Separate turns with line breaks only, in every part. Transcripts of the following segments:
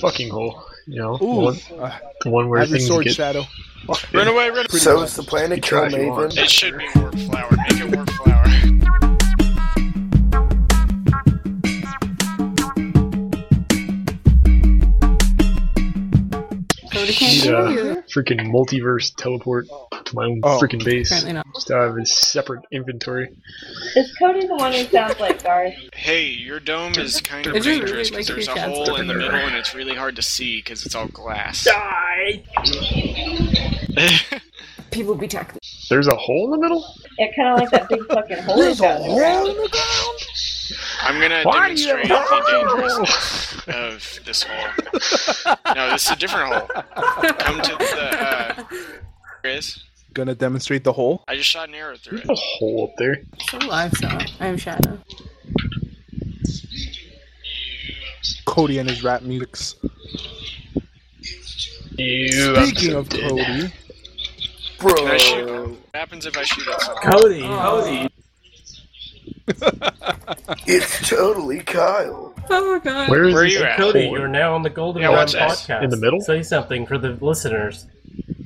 fucking hole. You know, the
Ooh,
one,
uh,
the one where
have your
things
sword,
get
Shadow.
Run away, run away.
So is the plan to
You
kill
try if you want.
Maven?
It should be warp flower. Make it warp flower.
Cody can't
Yeah.
go here.
freaking multiverse teleport to my own
Oh.
freaking base.
Apparently not.
Just out of his separate inventory.
Is Cody the one who sounds like Garth?
Hey, your dome is kind of
It just
dangerous
really makes
because there's
me
a
gasp.
hole in the middle and it's really hard to see because it's all glass.
Die!
People be tackled.
There's a hole in the middle?
Yeah, kind of like that big fucking hole There's a hole
I'm gonna
Why do you
demonstrate
have a
the
hole?
dangerousness of this hole. No, this is a different hole. Come to the. Uh, Chris,
Gonna demonstrate the hole.
I just shot an arrow through
There's a
it.
hole up there.
Still alive, so I'm Shadow.
Cody and his rap musics.
You
Speaking of
dead.
Cody,
Can I shoot?
Bro,
What happens if I shoot at someone?
Cody,
Oh.
Cody.
it's totally Kyle.
Oh god.
Where is
Where are
this
you at?
Cody,
hole?
you're now on the Golden
Yeah,
Rod
what's that?
podcast.
In the middle?
Say something for the listeners.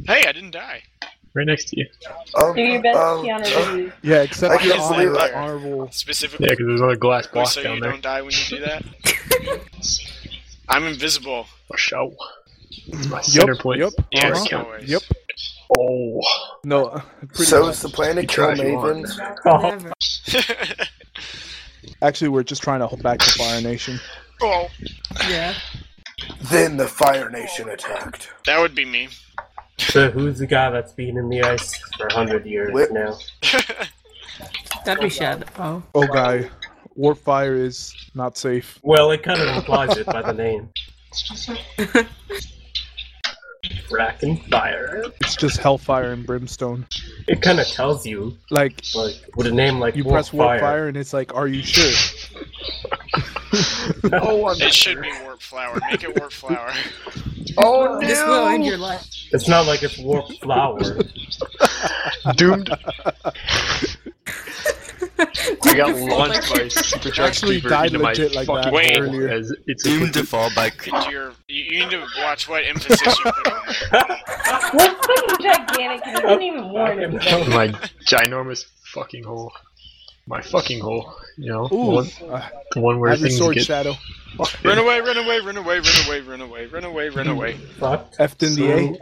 Hey, I didn't die.
Right next to you.
Um,
Do your best,
um,
Keanu Reeves.
yeah, except
I
you're
can't
on
believe
the
it.
honorable.
Specifically,
Yeah, because there's another glass block
Oh, so you
down there.
don't die when you do that. I'm invisible.
For show. My
Yep,
center point.
yep,
Yeah,
Alright,
uh-huh.
count.
always.
yep.
Oh.
No, uh, pretty
so
much.
is the plan to
You
kill
try if you want.
Maven?
Oh,
Never.
Actually, we're just trying to hold back the Fire Nation.
oh,
Yeah.
Then the Fire Nation attacked.
that would be me.
so who's the guy that's been in the ice for a hundred years
Whip.
now?
That'd be Shadow. Oh.
Oh, guy, Warp Fire is not safe.
Well, it kind of implies it by the name. Rack and fire.
It's just Hellfire and Brimstone.
It kind of tells you,
Like
like, with a name like
you
Wolf
press Warp Fire, and it's like, are you sure?
Oh, I'm
It should be warp flower. Make it warp flower.
Oh
This will end
no!
your life.
It's not like it's Warp Flower.
Doomed. I got
Fall
launched
back.
by a supercharged
Actually
creeper
died
into my
legit like
fucking
that
hole
earlier.
As it's
Doomed to fall by. cre-
Into your, you you need to watch what emphasis you put on there.
What's fucking gigantic? You didn't even warn him.
my ginormous fucking hole. My fucking hole. You know, the
Ooh,
one,
uh,
the one where
have your
things
sword,
get
Shadow.
Run away, run away, run away, run away, run away, run away, run away.
Fucked.
Effed in the A.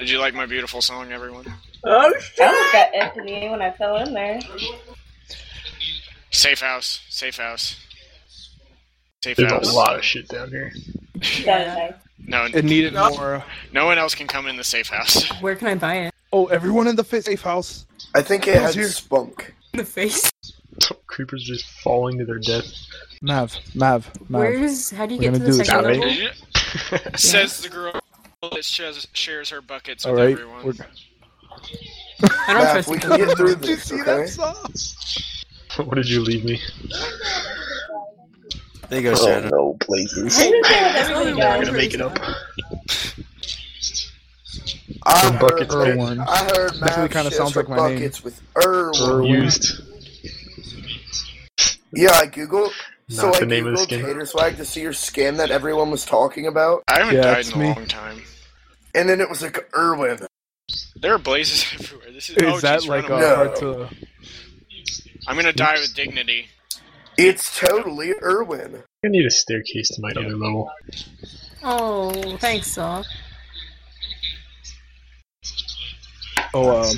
Did you like my beautiful song, everyone?
Oh,
I almost got F in the A when I fell in there.
Safe house, safe house. Safe
There's
house.
a lot of shit down here.
That
Yeah.
was nice.
No,
It needed more. uh,
no one else can come in the safe house.
Where can I buy it?
Oh, everyone in the fa- safe house.
I think it had spunk.
In the face.
Creepers just falling to their death.
Mav, Mav, Mav.
Where's how do you
We're
get to
gonna
the
do
second
this,
level?
Did you- Says the girl that shares, shares her buckets
All
with
right,
everyone.
we're
I don't
Math,
trust
we
you.
can get through
Did you
this,
see
okay?
that song?
What did you leave me?
There you go,
Oh.
Shadow.
no, places.
I'm just saying what everybody
Never
does.
gonna make it up.
I
The
heard,
buckets are one.
I heard
Actually
Mav
kinda
shares
sounds
her
like my name.
buckets with Erwin.
Used.
Yeah, I googled. So
Not
I
the name of the
googled
skin.
Tater Swag to see your scam that everyone was talking about,
I haven't
Yeah,
died
it's
in a
me.
long time.
and then it was like Erwin.
There are blazes everywhere. This is,
Is
oh,
that
geez,
like
run
a
away.
No.
hard to?
I'm gonna die with dignity.
It's totally Erwin.
I need a staircase to my other level.
Oh, thanks, Saw.
Oh, um,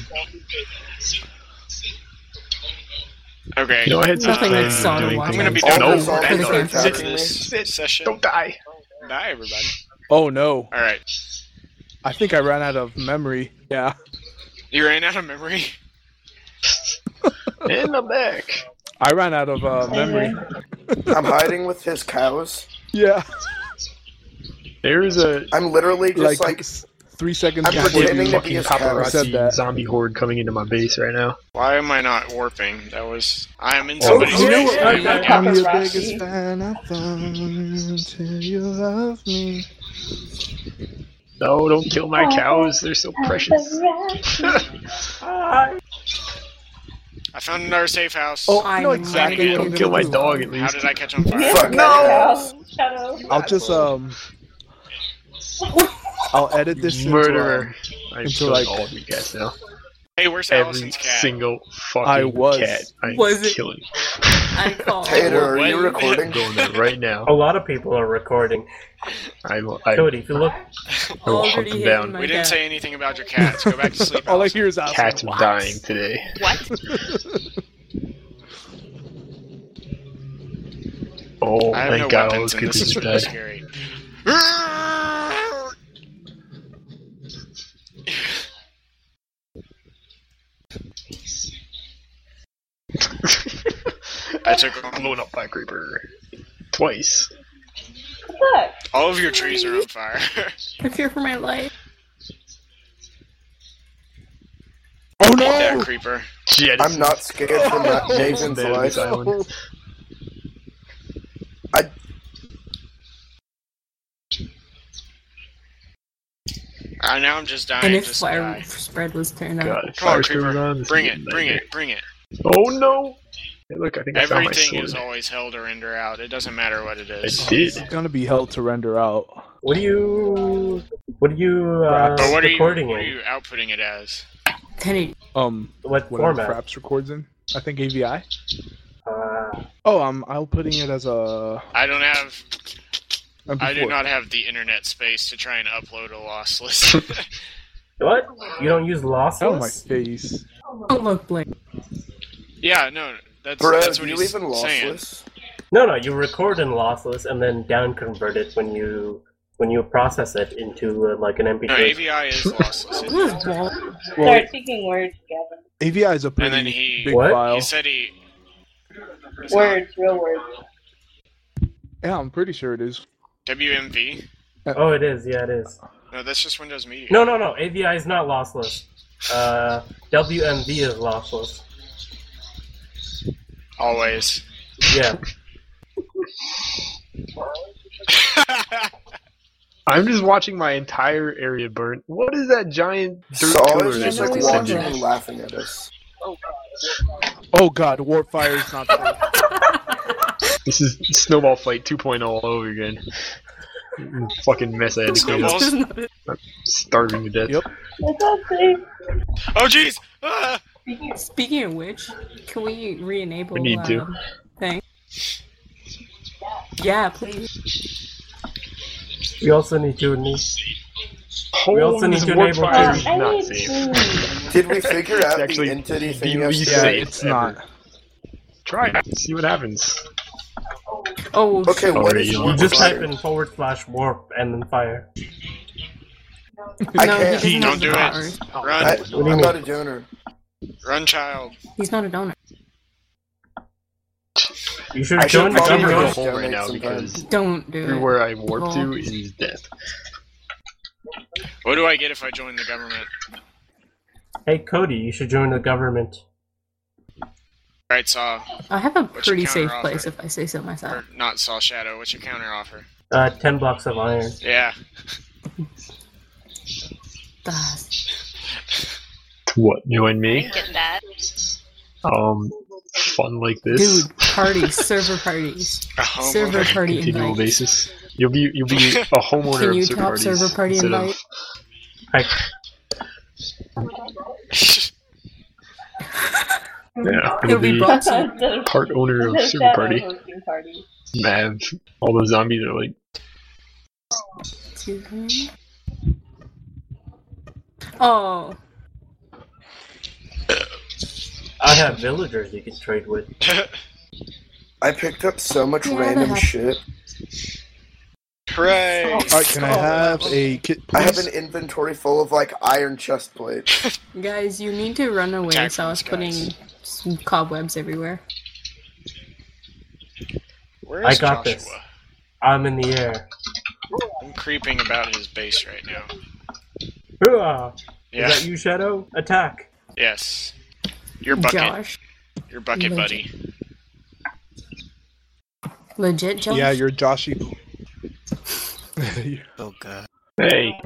Okay.
You know, I had some
Nothing
plans
like
of
Sauna
doing
water.
I'm
things.
gonna be
All
done
No,
those
that's
offers are
not-
sit
attacking
in
me.
this session.
Oh, Don't die.
Die, everybody.
oh no!
All right.
I think I ran out of memory. Yeah.
You ran out of memory.
In the back.
I ran out of uh, memory.
I'm hiding with his cows.
Yeah,
There's a
I'm literally
like,
just like,
s- three seconds
I'm
before
pretending
you
to be
fucking
his cow.
I said
paparazzi
that.
zombie horde coming into my base right now.
Why am I not warping? That was. I am in
Oh.
somebody's
you know
face.
what?
I'm
I'm
in-
not-
I'm your
Paparazzi.
biggest fan. I found till you love me.
No, don't kill my cows. They're so precious.
I found another safe house.
Oh,
I
I know exactly
might-
what I'm
Don't
gonna
kill my
do.
dog at
How
least.
did I catch on
Yeah,
fire?
Fuck
no.
no.
Shadow.
I'll just um, I'll edit this into, uh,
Murderer. I'm
into,
killing
like-
all of you guys now.
Hey, where's
Every
Allison's cat?
single fucking
I was.
cat. I'm
Was it-
killing.
I called.
Tater, are
What?
you
I'm
recording?
going there right now.
Oh.
A lot of people are recording.
I will. I,
Cody, if you look,
I will hunt
Already
them
hit
down.
my-
we didn't say anything about your cats. Go back to sleep.
uh, All I
Allison.
hear is Allison.
Cats dying today.
What?
Oh,
I have
thank
no
God all
weapons,
those
and this
creatures
is
are
really
dead.
scary. I took all,
Blown up by a creeper twice.
Look,
all of your trees are on fire.
I fear for my life.
Oh
that
no!
creeper.
Jettisoned.
I'm not scared from that Nathan's
There
life.
is Island.
Uh, now I'm just dying.
And if
just
fire
die.
spread was turned up.
God,
Come on,
fire's going
creeper.
on. This
Bring
is a
it, bring
nightmare.
it, bring it.
Oh no! Hey, look, I think I found my
Everything is
sword.
always held or render out. It doesn't matter what it is.
I did.
It's gonna be held to render out.
what do you, what do you uh,
But what are you, what
recording
are
in?
you outputting it as?
Then it
Um,
What
whatever
format?
Fraps records in. I think AVI.
Uh,
Oh, I'm. I'm putting it as a.
I don't have.
MP4.
I do not have the internet space to try and upload a lost list.
what? You don't use lossless?
Oh my face!
don't look like
yeah, no, that's
Bro,
that's
do
what
you
he's
even
saying.
lossless?
No, no, you record in lossless and then down convert it when you when you process it into uh, like an MP3.
No, AVI is lossless.
this wall.
Well,
start speaking words together.
AVI is a
And then
pretty
he
big
What?
file.
he said he. it's not
Words, real words.
Yeah, I'm pretty sure it is.
WMV.
Oh, it is. Yeah, it is.
No, that's just Windows Media.
No, no, no. AVI is not lossless. Uh, WMV is lossless.
Always.
Yeah.
I'm just watching my entire area burn. What is that giant dirt
Saw
pillar
is
that's
just like
like
no
watching
descending?
wonder.
and laughing at us.
Oh god, Warfire is not. there.
This is Snowball Fight 2.0 all over again. Fucking mess I had to clean up.
Snowballs.
Starving to death.
Yep.
That's all safe.
Oh jeez. Ah!
Speaking of which, can we re-enable?
We need to.
um, Thing. Yeah, please.
we also need to.
Whole
We also need
this
to
warp
enable
fire
to-
is
I
not
need
safe.
food.
Did we figure out
actually
the entity
the
thing
least
Yeah,
yesterday?
safe
it's
ever.
not.
Try it. See what happens.
Oh,
Okay, what
Already
is
on.
You
warp
just type
fire?
in forward slash warp and then fire.
I
no,
can't.
he
Don't
doesn't have the
do
powers.
it.
I,
Run,
do you
I'm
mean?
not a donor.
run, child.
He's not a donor.
You should
I should
join the
probably
I'm in a
government.
go-
hole right now
Donate
because
Don't do it.
everywhere I warp to is death.
What do I get if I join the government?
Hey, Cody, you should join the government.
Right, saw
I have a
your
pretty safe
counteroffer?
place if I say so myself.
or not saw shadow. What's your counter offer?
Uh, ten blocks of iron.
Yeah.
Ah,
What? You and me?
I'm getting that.
Um, fun like this. Oh
Dude, parties, server parties,
A homeowner.
server party
continual
invite.
basis. You'll be you'll be a homeowner
Can
of
you
server
top
parties
server party
instead
invite?
of
I,
yeah.
It'll be
part
both.
Instead of-
owner of
instead of
server
shadow
party.
hosting parties.
Mav, all the zombies are like
to him. Oh,
I have villagers you can trade with.
I picked up so much
Yeah,
random
that-
shit.
Hooray!
All right, can I have a kit? Please?
I have an inventory full of like iron chest plates.
guys, you need to run away.
Attack
so I was
these
putting
guys.
some cobwebs everywhere.
Where
I
is
got
Joshua?
this. I'm in the air.
I'm creeping about his base right now.
Hooah!
Yeah.
Is that you, Shadow? Attack!
Yes. Your bucket.
Josh,
Your bucket,
Legend.
buddy.
legit Josh.
Yeah, you're Joshy.
Oh god.
Hey.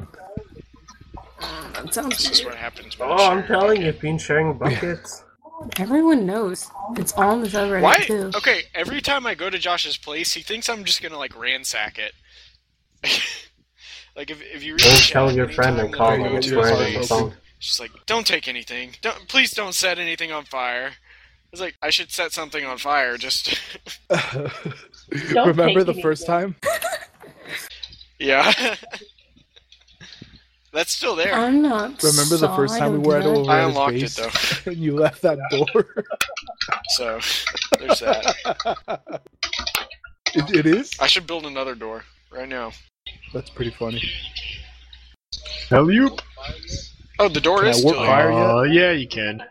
that
This
sounds.
is what happens. when you
Oh, I'm
share your
telling you,
bucket.
been sharing buckets.
Everyone knows it's on the subreddit
Why?
too.
Okay, every time I go to Josh's place, he thinks I'm just gonna like ransack it. like Like if if you read
Go
the chat
tell your
anytime
friend and
you
call
go
him.
you
I
it's
to
your
swear
phone
there's a
open.
song.
She's like, "Don't take anything. Don't please don't set anything on fire." I was like, "I should set something on fire." Just
Don't
Remember
take
the
anything.
first time?
yeah, that's still there.
I'm not.
Remember the first
sorry,
time we
don't
were at
do that.
Old
I
Rose
unlocked it
base
though,
and you left that door?
so there's that.
it, it is.
I should build another door right now.
That's pretty funny.
Hell you?
Oh, the door
Can
is
I work
still there.
fire?
Uh, yeah, you can.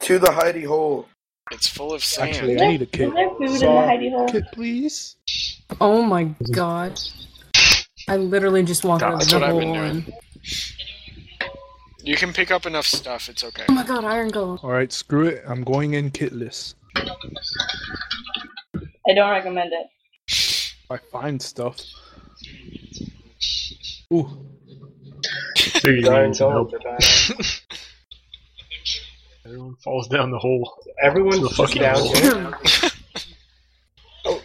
To the hidey hole.
It's full of sand.
Actually, I need a
Is
kit.
there food in the
Sorry.
hidey hole?
Kit, please.
Oh my god. I literally just walked over
That's
the
what I've
whole
been doing.
one.
uh,
You can pick up enough stuff. It's okay.
Oh my god, iron gold.
All right, screw it. I'm going in kitless.
I don't recommend it.
I find stuff. Ooh,
Figure you
Ryan
need some
Gold,
help.
the badass.
Everyone falls down the hole.
Everyone's
The
just
fucking
down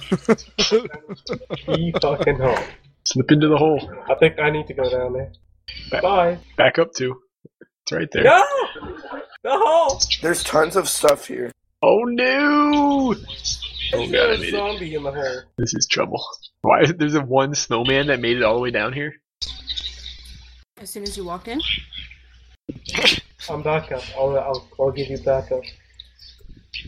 hole.
here. He fucking hole.
Slip into the hole.
I think I need to go down there.
Back-
Bye.
Back up to. It's right there.
No! The hole!
There's tons of stuff here.
Oh no! Oh
There's
god, I
a
made it.
zombie in the hole.
This is trouble. Why is there's a one snowman that made it all the way down here?
As soon as you walked in,
I'm backup. I'll, I'll, I'll give you backup.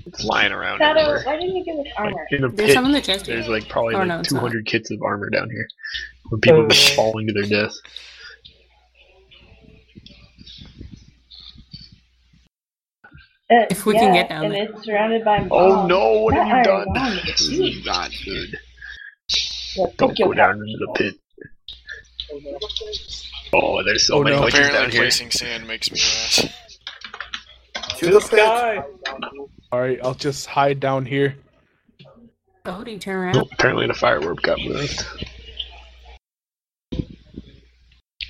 It's lying around
Shadow,
everywhere.
why didn't you give us
Like
armor?
in a
there's
pit.
some in the chest.
There's like probably
Oh,
like
no, it's
200 kits of armor down here. Where people have been
Oh.
falling to their death.
Uh,
If we can
yeah,
get down
and
there.
it's surrounded by
Oh
bombs.
no! What have
That
you
iron
done?
bomb is
This
huge.
is not good.
Yeah,
Don't
pick your
go down into the pit. Oh, there's so
Oh,
many
no.
glitches down
Apparently,
here.
placing sand makes me mad.
To the pit.
Guy!
all right. I'll just hide down here.
Cody, turn around.
Nope, apparently the firework got moved.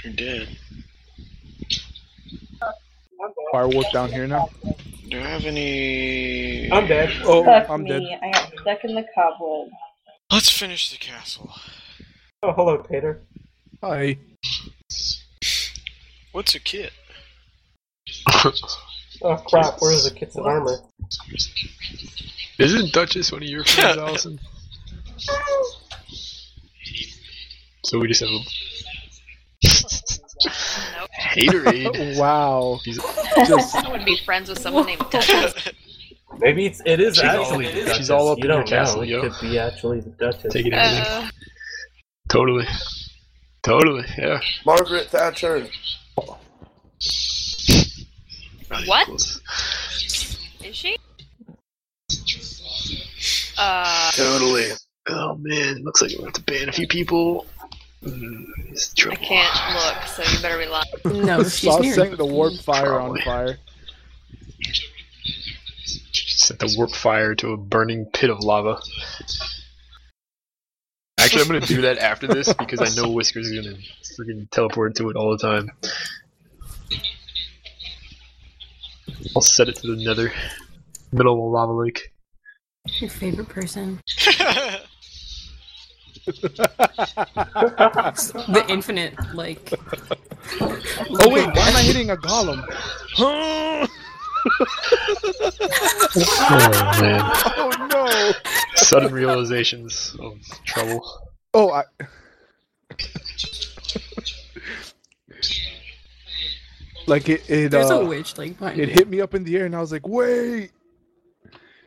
You're dead.
Firework down here now.
Do I have any?
I'm dead.
Oh,
Fuck
I'm
me.
dead.
I got stuck in the cobweb.
Let's finish the castle.
Oh, hello, Peter.
Hi.
What's a kit?
Oh, crap. Where's the kits of armor?
Isn't Duchess one of your friends, Allison? So we just have a haterade.
Oh,
Wow.
She's,
Just
I wouldn't be friends with someone named Duchess.
Maybe it's, it is
She's
actually
all-
the Duchess.
she's all up
you
in
don't
your castle,
know. It
yo.
could be actually the Duchess.
taking everything.
Uh,
Totally. Totally, yeah.
Margaret Thatcher.
Not even
What?
close.
is she? Uh,
Totally.
Oh man, looks like we have to ban a few people. Mm, it's
I
trouble.
can't look, so you better be lying.
No, Oh, she's
saw
near.
setting the warp fire
Probably.
on fire.
Set the warp fire to a burning pit of lava. Actually, I'm gonna do that after this because I know Whiskers is gonna freaking teleport to it all the time. I'll set it to the nether, middle of a lava lake.
Your favorite person. The infinite, like.
Oh wait, why am I hitting a golem?
Oh man,
Oh no.
sudden realizations of trouble.
Oh, I. like it, it
There's a
uh,
witch, like, behind
it
you.
hit me up in the air, and I was like, wait.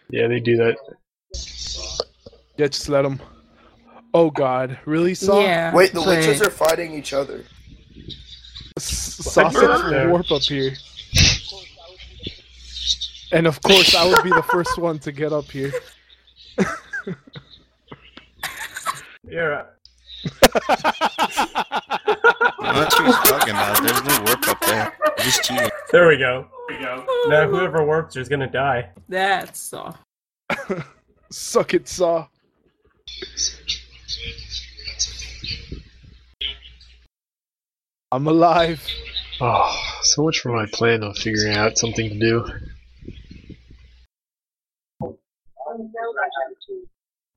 Yeah, they do that.
Yeah, just let him. Oh God, really, Saw?
Yeah.
Wait, the
but-
witches are fighting each other.
S- Saw sets the warp up here. And of course, I would be the first one to get up here.
You're up.
That's what he's talking about. There's no warp up there. You're just cheating.
There we go. Now, whoever warps is gonna die.
That's saw.
Suck it, Saw. I'm alive.
Oh, so much for my plan of figuring out something to do.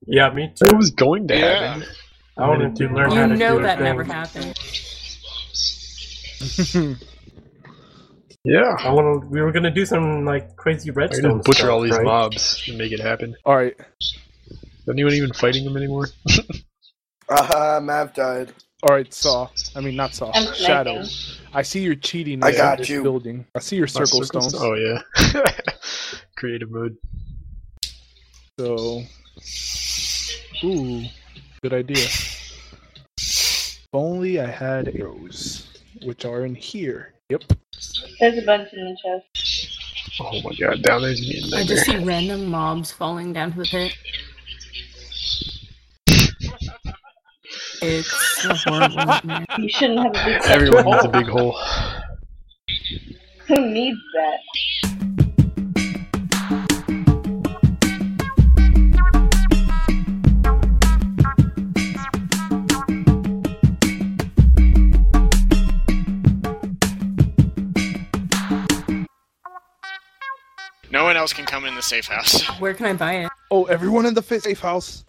Yeah, me too.
It was going to
Yeah.
happen.
I wanted to learn how
You
to
know
do a
that
thing.
never happened.
Yeah.
I want to. We were gonna do some like crazy
I
redstone.
can just butcher
stuff,
all these
right?
mobs and make it happen.
All right.
Is anyone even fighting them anymore?
Aha, Uh, Mav died.
All right, Saw. I mean, not Saw.
I'm
Shadow. I see you're cheating.
I
inside
got
this
you.
Building. I see your
Not
circle
circles?
stones.
Oh yeah. Creative mode.
So, ooh, good idea. If only I had arrows, which are in here. Yep.
There's a bunch in the chest.
Oh my god, down there's me a
I
nightmare.
just see random mobs falling down to the pit. It's a horrible nightmare.
You shouldn't have a big
Everyone has a big hole.
Who needs that?
No one else can come in the safe house.
Where can I buy it?
Oh, everyone in the fa- safe house.